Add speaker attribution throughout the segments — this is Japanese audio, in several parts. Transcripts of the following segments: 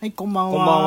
Speaker 1: はい、こんばんは。
Speaker 2: こんばん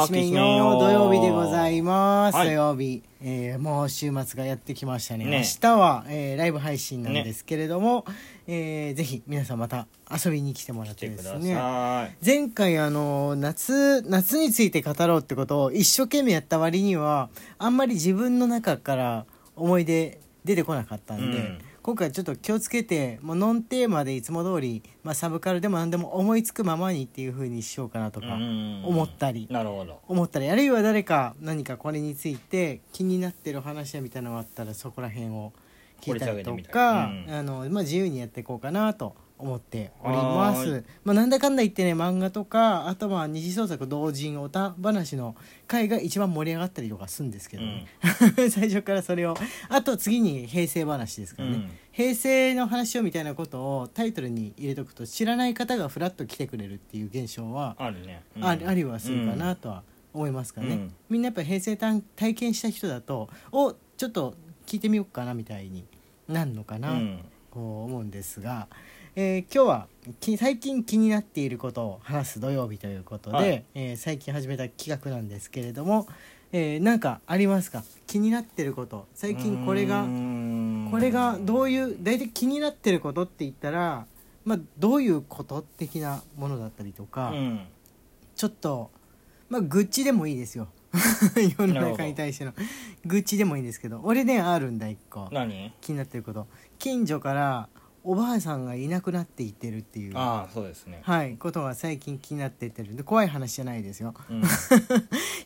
Speaker 2: は
Speaker 1: きしめん
Speaker 2: きしめん
Speaker 1: よ。
Speaker 2: よ
Speaker 1: 土曜日でございます。
Speaker 2: はい
Speaker 1: 土曜日、えーもう週末がやってきましたね。
Speaker 2: ね
Speaker 1: 明日は、えーライブ配信なん
Speaker 2: ね
Speaker 1: ですけれども、えーぜひ皆さんまた遊びに来てもらっ
Speaker 2: 来て
Speaker 1: てで
Speaker 2: くだ
Speaker 1: す
Speaker 2: さい、
Speaker 1: ね。前回あの夏夏について語ろうってことを一生懸命やった割にはあんまり自分の中から思い出出てこなかったんで、
Speaker 2: うん
Speaker 1: 今回ちょっと気をつけてもうノンテーマでいつも通りまあ、サブカルでも何でも思いつくままにっていう風にしようかなとか思
Speaker 2: 思
Speaker 1: ったり
Speaker 2: なるほど
Speaker 1: 思ったりあるいは誰か何かこれについて気になってる話やみたいなのがあったらそこら辺を聞いたりと
Speaker 2: 掘り下
Speaker 1: か、
Speaker 2: げてみたりうん
Speaker 1: あのまあ、自由にやっていこうかなと思っておりま
Speaker 2: はー
Speaker 1: す。まあ、なんだかんだ言ってね漫画とかあとは二次創作同人おた話の回が一番盛り上がったりとかするんですけどね、 最初からそれをあと次に平成話ですからね、
Speaker 2: うん
Speaker 1: 平成の話をみたいなことをタイトルに入れとくと知らない方がフラッと来てくれるっていう現象は
Speaker 2: あるね、
Speaker 1: あありはするかなとは思いますからね、
Speaker 2: うん
Speaker 1: みんなやっぱ平成たん体験した人だとおちょっと聞いてみようかなみたいになるのか
Speaker 2: う
Speaker 1: な、
Speaker 2: んうん
Speaker 1: こう思うんですが、えー今日はき最近気になっていることを話す土曜日ということで、
Speaker 2: はい
Speaker 1: えー最近始めた企画なんですけれども、えーなんかありますか気になってること最近これが
Speaker 2: うーん
Speaker 1: これがどういう大体気になってることって言ったら、まあ、どういうこと的なものだったりとか。
Speaker 2: うん
Speaker 1: ちょっとまあ愚痴でもいいですよ 世の中に対しての愚痴でもいいんですけど俺ねあるんだ一個
Speaker 2: 何
Speaker 1: 気になってること近所からおばあさんがいなくなっていってるっていうは
Speaker 2: ああそうですね、
Speaker 1: いことが最近気になってってるんで怖い話じゃないですよ
Speaker 2: うん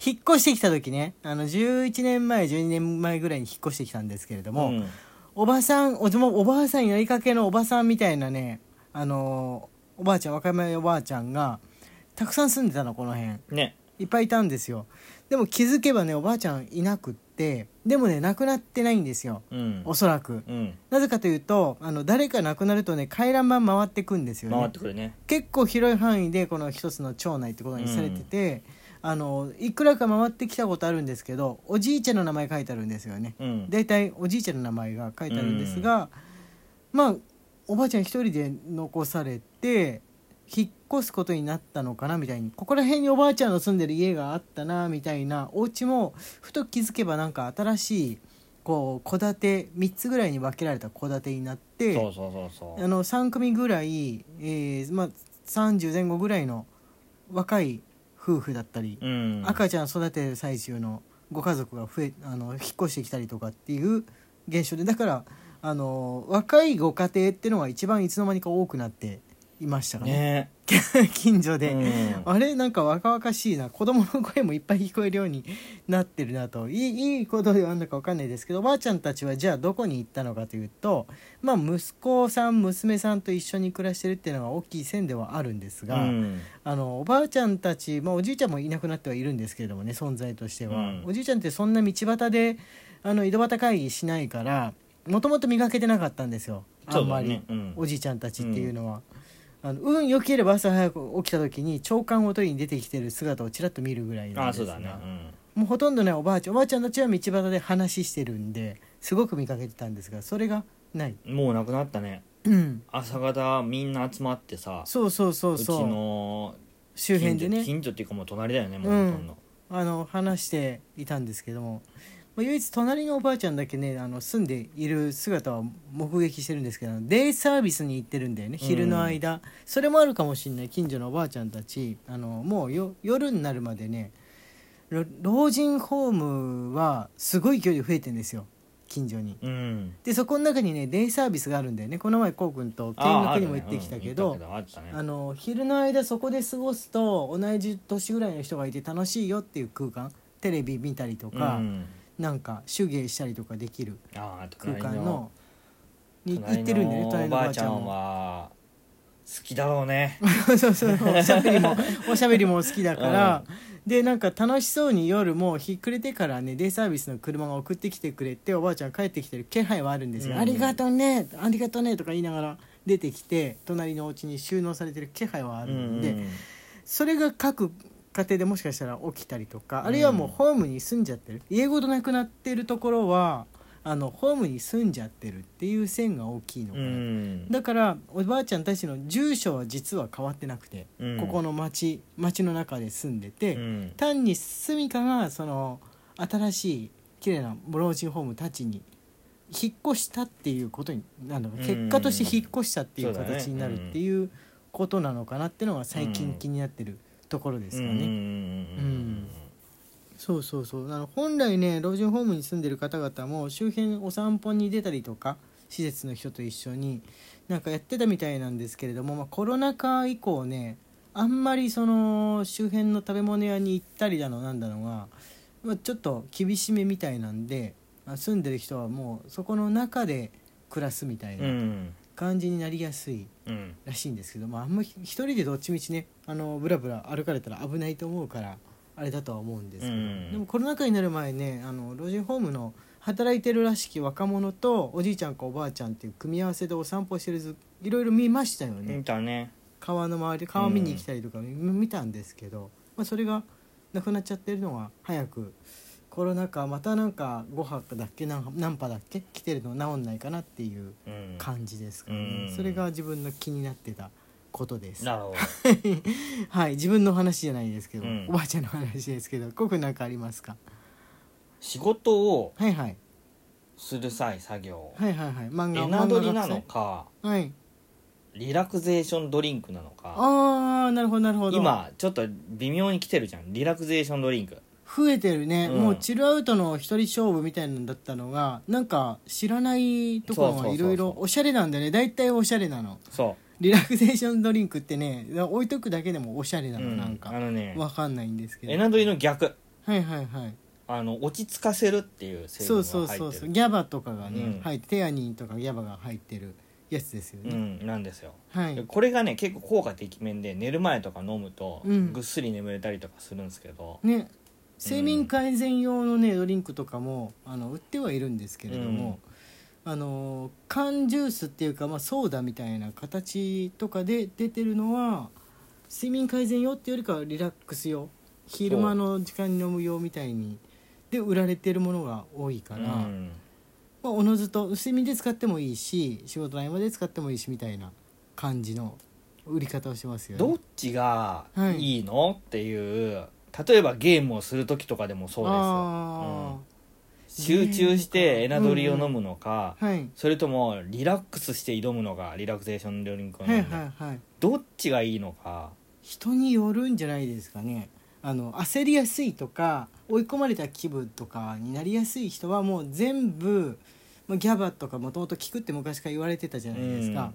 Speaker 1: 引っ越してきた時ねあの11年前12年前ぐらいに引っ越してきたんですけれども、
Speaker 2: ん
Speaker 1: おばさんおじもおばあさんやりかけのおばさんみたいなねあのおばあちゃん若めおばあちゃんがたくさん住んでたのこの辺
Speaker 2: ね
Speaker 1: いっぱいいたんですよでも気づけばねおばあちゃんいなくってでもね亡くなってないんですよ
Speaker 2: うん
Speaker 1: おそらく
Speaker 2: うん
Speaker 1: なぜかというとあの誰か亡くなるとね回覧板回ってくんですよ
Speaker 2: 回
Speaker 1: ね
Speaker 2: ってくるね
Speaker 1: 結構広い範囲でこの一つの町内ってことにされてて、あのいくらか回ってきたことあるんですけどおじいちゃんの名前書いてあるんですよね
Speaker 2: うん
Speaker 1: 大体おじいちゃんの名前が書いてあるんですが、まあおばあちゃん一人で残されて引っ越すことになったのかなみたいにここら辺におばあちゃんの住んでる家があったなみたいなお家もふと気づけばなんか新しいこう戸建て3つぐらいに分けられた戸建てになって
Speaker 2: そうそうそうそう
Speaker 1: あの3組ぐらい、えーまあ、30前後ぐらいの若い夫婦だったり、
Speaker 2: うん
Speaker 1: 赤ちゃん育てる最中のご家族が増えあの引っ越してきたりとかっていう現象でだからあの若いご家庭ってのが一番いつの間にか多くなっていましたかね
Speaker 2: ね
Speaker 1: 近所で、
Speaker 2: うん
Speaker 1: あれなんか若々しいな子供の声もいっぱい聞こえるようになってるなといいいいことではあるのか分かんないですけどおばあちゃんたちはじゃあどこに行ったのかというとまあ息子さん娘さんと一緒に暮らしてるっていうのが大きい線ではあるんです
Speaker 2: う
Speaker 1: が、
Speaker 2: ん
Speaker 1: あのおばあちゃんたち、まあ、おじいちゃんもいなくなってはいるんですけれどもね存在としては、
Speaker 2: うん
Speaker 1: おじいちゃんってそんな道端であの井戸端会議しないからもともと磨けてなかったんですよあんまり、
Speaker 2: そうだねうん
Speaker 1: おじいちゃんたちっていうのは。あの運良ければ朝早く起きた時に長官を取りに出てきてる姿をちらっと見るぐらい
Speaker 2: あ
Speaker 1: なん
Speaker 2: あ
Speaker 1: で
Speaker 2: そ
Speaker 1: す
Speaker 2: う
Speaker 1: が
Speaker 2: だねうん
Speaker 1: もうほとんどねおばあちゃんおばあちゃんたちは道端で話してるんですごく見かけてたんですがそれがない、
Speaker 2: もうなくなったね
Speaker 1: うん、
Speaker 2: 朝方みんな集まってさ
Speaker 1: そうそうそうそう
Speaker 2: ちの
Speaker 1: 周辺でね
Speaker 2: 近所近所っていうかもう隣だよねもうほとんど、
Speaker 1: あの話していたんですけども、まあ、唯一隣のおばあちゃんだけねあの住んでいる姿は目撃してるんですけどデイサービスに行ってるんだよね
Speaker 2: うん
Speaker 1: 昼の間、それもあるかもしれない近所のおばあちゃんたちあのもうよ夜になるまでねろ老人ホームはすごい距離増えてんですよ近所に。
Speaker 2: うん
Speaker 1: でそこの中にねデイサービスがあるんだよねこの前こうくんと見
Speaker 2: あある
Speaker 1: 学に
Speaker 2: ね
Speaker 1: も行ってきたけど。
Speaker 2: うん行ったけどあったね
Speaker 1: あの昼の間そこで過ごすと同じ年ぐらいの人がいて楽しいよっていう空間テレビ見たりとか、
Speaker 2: うん、
Speaker 1: なんか手芸したりとかできる
Speaker 2: ああ
Speaker 1: 空
Speaker 2: 隣の
Speaker 1: 間のに行ってるんだよ
Speaker 2: 隣の
Speaker 1: ね
Speaker 2: お
Speaker 1: 隣のお
Speaker 2: ば
Speaker 1: ば
Speaker 2: あ
Speaker 1: あ
Speaker 2: ち
Speaker 1: ち
Speaker 2: ゃ
Speaker 1: ゃん
Speaker 2: ん
Speaker 1: も
Speaker 2: は好きだろうね
Speaker 1: そうそうおしゃべりもおしゃべりも好きだから、でなんか楽しそうに夜もうひっくれてからねデイサービスの車が送ってきてくれておばあちゃん帰ってきてる気配はあるんですよ、
Speaker 2: うん
Speaker 1: ありがとうねありがとうねとか言いながら出てきて隣のお家に収納されてる気配はある んで。それが各家庭でもしかしたら起きたりとかあるいはもう
Speaker 2: うん
Speaker 1: ホームに住んじゃってる、家ごとなくなってるところはあのホームに住んじゃってるっていう線が大きいのか
Speaker 2: う
Speaker 1: な、
Speaker 2: ん
Speaker 1: だからおばあちゃんたちの住所は実は変わってなくて、
Speaker 2: うん
Speaker 1: ここの町町の中で住んでて、
Speaker 2: うん
Speaker 1: 単に住みかがその新しい綺麗な老人ホームたちに引っ越したっていうことになんだろう
Speaker 2: うん
Speaker 1: 結果として引っ越したっていう
Speaker 2: そうだね
Speaker 1: 形になるっていうことなのかなっていうのが最近気になってるところですかね。
Speaker 2: うん
Speaker 1: そうそうそうあの本来ね老人ホームに住んでる方々も周辺お散歩に出たりとか施設の人と一緒になんかやってたみたいなんですけれども、まあ、コロナ禍以降ねあんまりその周辺の食べ物屋に行ったりだのなんだのが、まあ、ちょっと厳しめみたいなんであ住んでる人はもうそこの中で暮らすみたい
Speaker 2: うんうんう
Speaker 1: なん感じになりやすい
Speaker 2: うん
Speaker 1: らしいんですけど、まあ、あんまり一人でどっちみちねあのブラブラ歩かれたら危ないと思うからあれだとは思うんですけど、
Speaker 2: うん
Speaker 1: でもコロナ禍になる前ねあの老人ホームの働いてるらしき若者とおじいちゃんかおばあちゃんっていう組み合わせでお散歩してる図いろいろ見ましたよね、
Speaker 2: 見たね
Speaker 1: 川の周り川見に来たりとか見,、見たんですけど、まあ、それがなくなっちゃってるのが早くコロナ禍またなんか5泊だっけ何何波だっけ来てるの治んないかなっていう
Speaker 2: うん
Speaker 1: 感じですかね、
Speaker 2: うん
Speaker 1: それが自分の気になってたことです
Speaker 2: なるほど
Speaker 1: はい自分の話じゃないですけど、
Speaker 2: うん
Speaker 1: おばあちゃんの話ですけどコくなんかありますか
Speaker 2: 仕事を
Speaker 1: はいはい
Speaker 2: する際作業
Speaker 1: はいはいはい漫画
Speaker 2: エナドリ
Speaker 1: 漫画
Speaker 2: な
Speaker 1: 学
Speaker 2: の
Speaker 1: 祭
Speaker 2: か
Speaker 1: はい
Speaker 2: リラクゼーションドリンクなのか
Speaker 1: ああなるほどなるほど
Speaker 2: 今ちょっと微妙に来てるじゃんリラクゼーションドリンク
Speaker 1: 増えてるね、
Speaker 2: うん
Speaker 1: もうチルアウトの一人勝負みたいなのだったのがなんか知らないところ
Speaker 2: そう
Speaker 1: が
Speaker 2: そうそう
Speaker 1: い
Speaker 2: そう
Speaker 1: ろいろおしゃれなんだよね大体おしゃれなの
Speaker 2: そ
Speaker 1: リラクゼーションドリンクってね置いとくだけでもおしゃれ
Speaker 2: う
Speaker 1: な
Speaker 2: う
Speaker 1: の、
Speaker 2: ん
Speaker 1: なん
Speaker 2: あ
Speaker 1: か
Speaker 2: のね
Speaker 1: わかんないんですけど
Speaker 2: エナドリの逆
Speaker 1: はいはいはい
Speaker 2: あの落ち着かせるっていう成
Speaker 1: そう
Speaker 2: 分
Speaker 1: そう
Speaker 2: が
Speaker 1: そ
Speaker 2: 入
Speaker 1: う
Speaker 2: って
Speaker 1: そう
Speaker 2: る
Speaker 1: ギャバとかがね、
Speaker 2: うん
Speaker 1: 入ってテアニンとかギャバが入ってるやつですよ
Speaker 2: う
Speaker 1: ね、
Speaker 2: んなんですよ
Speaker 1: は
Speaker 2: で
Speaker 1: い
Speaker 2: これがね結構効果てきめんで寝る前とか飲むと
Speaker 1: うん
Speaker 2: ぐっすり眠れたりとかするんですけど
Speaker 1: ね睡眠改善用のねドリンクとかもあの売ってはいるんですけれども、あの缶ジュースっていうか、まあ、ソーダみたいな形とかで出てるのは睡眠改善用っていうよりかはリラックス用昼間の時間に飲む用みたいにで売られてるものが多いから、
Speaker 2: うん
Speaker 1: まあ、おのずと睡眠で使ってもいいし仕事の合間で使ってもいいしみたいな感じの売り方をしてますよね
Speaker 2: どっちがいいのっていう例えばゲームをする時とかでもそう
Speaker 1: あ
Speaker 2: ですよ集中してエナドリを
Speaker 1: うんうん
Speaker 2: 飲むのか
Speaker 1: ーはい
Speaker 2: それともリラックスして挑むのがリラクゼーションドリンクを飲
Speaker 1: はい
Speaker 2: むの
Speaker 1: はいはい
Speaker 2: どっちがいいのか
Speaker 1: 人によるんじゃないですかねあの焦りやすいとか追い込まれた気分とかになりやすい人はもう全部まあギャバとかもともと効くって昔から言われてたじゃないですか、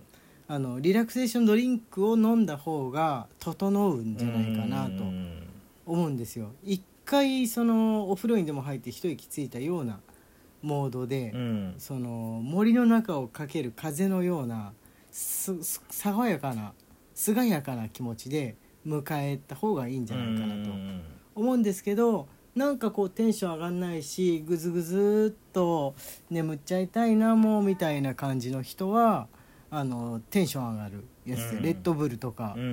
Speaker 1: あのリラクゼーションドリンクを飲んだ方が整うんじゃないかなと
Speaker 2: うん
Speaker 1: 思うんですよ一回そのお風呂にでも入って一息ついたようなモードで、
Speaker 2: うん
Speaker 1: その森の中を駆ける風のようなすす爽やかなすがやかな気持ちで迎えた方がいいんじゃないかなと
Speaker 2: うん
Speaker 1: 思うんですけどなんかこうテンション上がんないしぐずぐずっと眠っちゃいたいなもうみたいな感じの人はあのテンション上がるやつで、
Speaker 2: うん
Speaker 1: レッドブルとか
Speaker 2: うんうん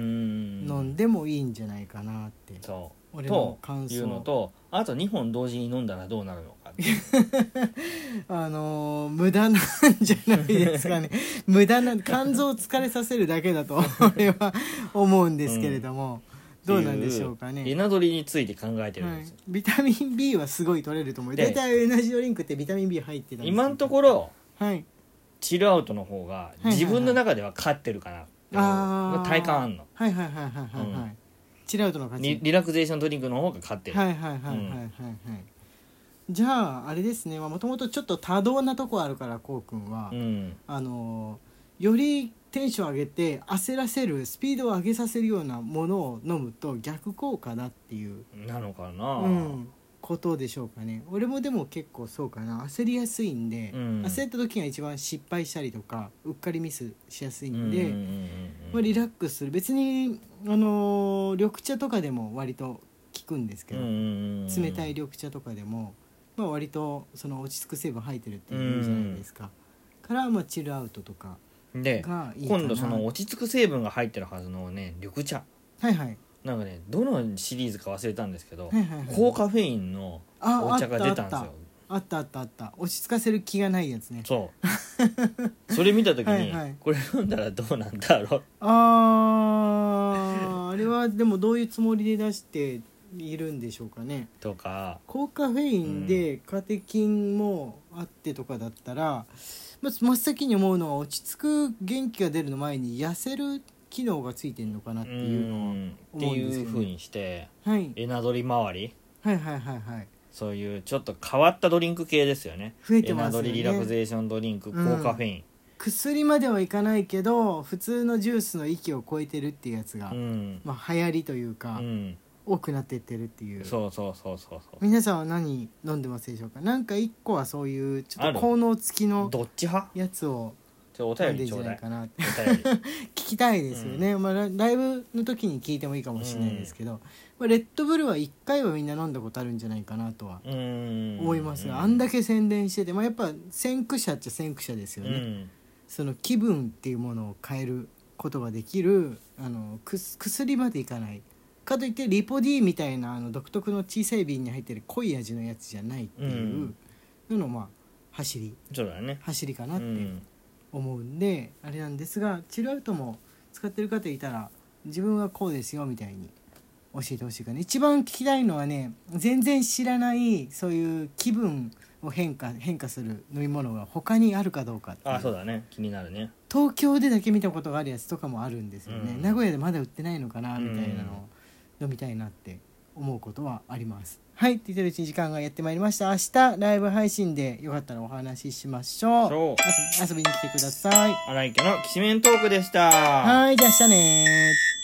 Speaker 1: 飲んでもいいんじゃないかなって、
Speaker 2: そう
Speaker 1: 俺
Speaker 2: と
Speaker 1: の感想
Speaker 2: いうのとあと2本同時に飲んだらどうなるのかって
Speaker 1: あのー無駄なんじゃないですかね無駄な肝臓を疲れさせるだけだと俺は思うんですけれども、どうなんでしょうか
Speaker 2: っていエ
Speaker 1: ね、
Speaker 2: ナドリについて考えてる
Speaker 1: は
Speaker 2: んで
Speaker 1: い
Speaker 2: すよ、、
Speaker 1: ビタミン B はすごい取れると思う
Speaker 2: で
Speaker 1: 大体エナジードリンクってビタミン B 入ってたんですけど
Speaker 2: 今のところ
Speaker 1: はい
Speaker 2: チルアウトの方が
Speaker 1: いはいはい
Speaker 2: 自分の中では勝ってるかなっていう
Speaker 1: あー
Speaker 2: 体感あんの
Speaker 1: はいはいはいはいはいはい、チルアウトの勝ち
Speaker 2: リリラクゼーションドリンクの方が勝ってる、
Speaker 1: はいはいはいはいはいはい、じゃああれですねもともとちょっと多動なとこあるからこうくんは、
Speaker 2: うん
Speaker 1: あのよりテンション上げて焦らせるスピードを上げさせるようなものを飲むと逆効果だっていう、
Speaker 2: なのかな、
Speaker 1: うん、ことでしょうかね俺もでも結構そうかな焦りやすいんで、
Speaker 2: うん
Speaker 1: 焦った時が一番失敗したりとかうっかりミスしやすい
Speaker 2: うんうん
Speaker 1: ん
Speaker 2: うん
Speaker 1: で、
Speaker 2: うん
Speaker 1: まあ、リラックスする別に、あのー緑茶とかでも割と効くんですけど、
Speaker 2: うんうんうん
Speaker 1: 冷たい緑茶とかでも、まあ、割とその落ち着く成分入ってるっていうじゃないですか、から、まあ、チルアウトとか
Speaker 2: で
Speaker 1: がいいかな
Speaker 2: 今度その落ち着く成分が入ってるはずのね緑茶
Speaker 1: はいはい
Speaker 2: なんかねどのシリーズか忘れたんですけど、
Speaker 1: はいはいはい
Speaker 2: 高カフェインの
Speaker 1: あ
Speaker 2: お茶が出たんです
Speaker 1: あっ
Speaker 2: よ
Speaker 1: たあったあったあった落ち着かせる気がないやつね
Speaker 2: そう それ見た時に
Speaker 1: はいはい
Speaker 2: これ読んだらどうなんだろう
Speaker 1: あーあ れはでもどういうつもりで出しているんでしょうかね
Speaker 2: とか
Speaker 1: 高カフェインでカテキンもあってとかだったら、まず真っ先に思うのは落ち着く元気が出るの前に痩せる機能がついてるのかなっ
Speaker 2: う
Speaker 1: ていうのは、
Speaker 2: んって
Speaker 1: 思うんで
Speaker 2: い
Speaker 1: すよね
Speaker 2: うふうにして
Speaker 1: はい、
Speaker 2: エナドリ周り
Speaker 1: はいはいはいはい
Speaker 2: そういうちょっと変わったドリンク系ですよね
Speaker 1: 増えてま
Speaker 2: エナ
Speaker 1: す
Speaker 2: ド
Speaker 1: よ
Speaker 2: リリラク
Speaker 1: ね
Speaker 2: ゼーションドリンク
Speaker 1: うん
Speaker 2: 高カフェイ
Speaker 1: 薬まではいかないけど普通のジュースの域を超えてるっていうやつが、
Speaker 2: ンうん、
Speaker 1: まあ、流行りという
Speaker 2: う
Speaker 1: か、
Speaker 2: ん、
Speaker 1: 多くなってってるっていう
Speaker 2: そうそうそうそうそう
Speaker 1: 皆さんは何飲んでますでしょうかなんか一個はそういうちょ
Speaker 2: あ
Speaker 1: っと
Speaker 2: る
Speaker 1: 効能付きの
Speaker 2: どっち派
Speaker 1: やつを
Speaker 2: ちょお
Speaker 1: 飲
Speaker 2: 便
Speaker 1: んで
Speaker 2: りち
Speaker 1: んじ
Speaker 2: ょ
Speaker 1: ゃ
Speaker 2: う
Speaker 1: な
Speaker 2: だ
Speaker 1: い
Speaker 2: い
Speaker 1: かなって
Speaker 2: お便り
Speaker 1: 聞きたいですよね、まあ、ラライブの時に聞いてもいいかもしれないですけど、まあ、レッドブルは1回はみんな飲んだことあるんじゃないかなとは
Speaker 2: うん
Speaker 1: 思いますが、あんだけ宣伝してて、まあ、やっぱ先駆者っちゃ先駆者ですよね、
Speaker 2: うん
Speaker 1: その気分っていうものを変えることができるあのくす薬までいかないかといってリポ D みたいなあの独特の小さい瓶に入ってる濃い味のやつじゃないっていうののまあ走り
Speaker 2: そうだね
Speaker 1: 走りか
Speaker 2: う
Speaker 1: なって
Speaker 2: ん
Speaker 1: 思うんで、あれなんですがチルアウトも使ってる方いたら自分はこうですよみたいに教えてほしいかね一番聞きたいのはね全然知らないそういう気分を変化変化する飲み物が他にあるかどうかってい
Speaker 2: あそうだね気になるね
Speaker 1: 東京でだけ見たことがあるやつとかもあるんですよね、
Speaker 2: うん
Speaker 1: 名古屋でまだ売ってないのかなみたいなのを飲みたいなって思うことはあります、はいということで時間がやってまいりました明日ライブ配信でよかったらお話ししましょう
Speaker 2: そう
Speaker 1: 遊び遊びに来てください
Speaker 2: 荒井家のきしめんトークでした
Speaker 1: はいじゃあ明日ねー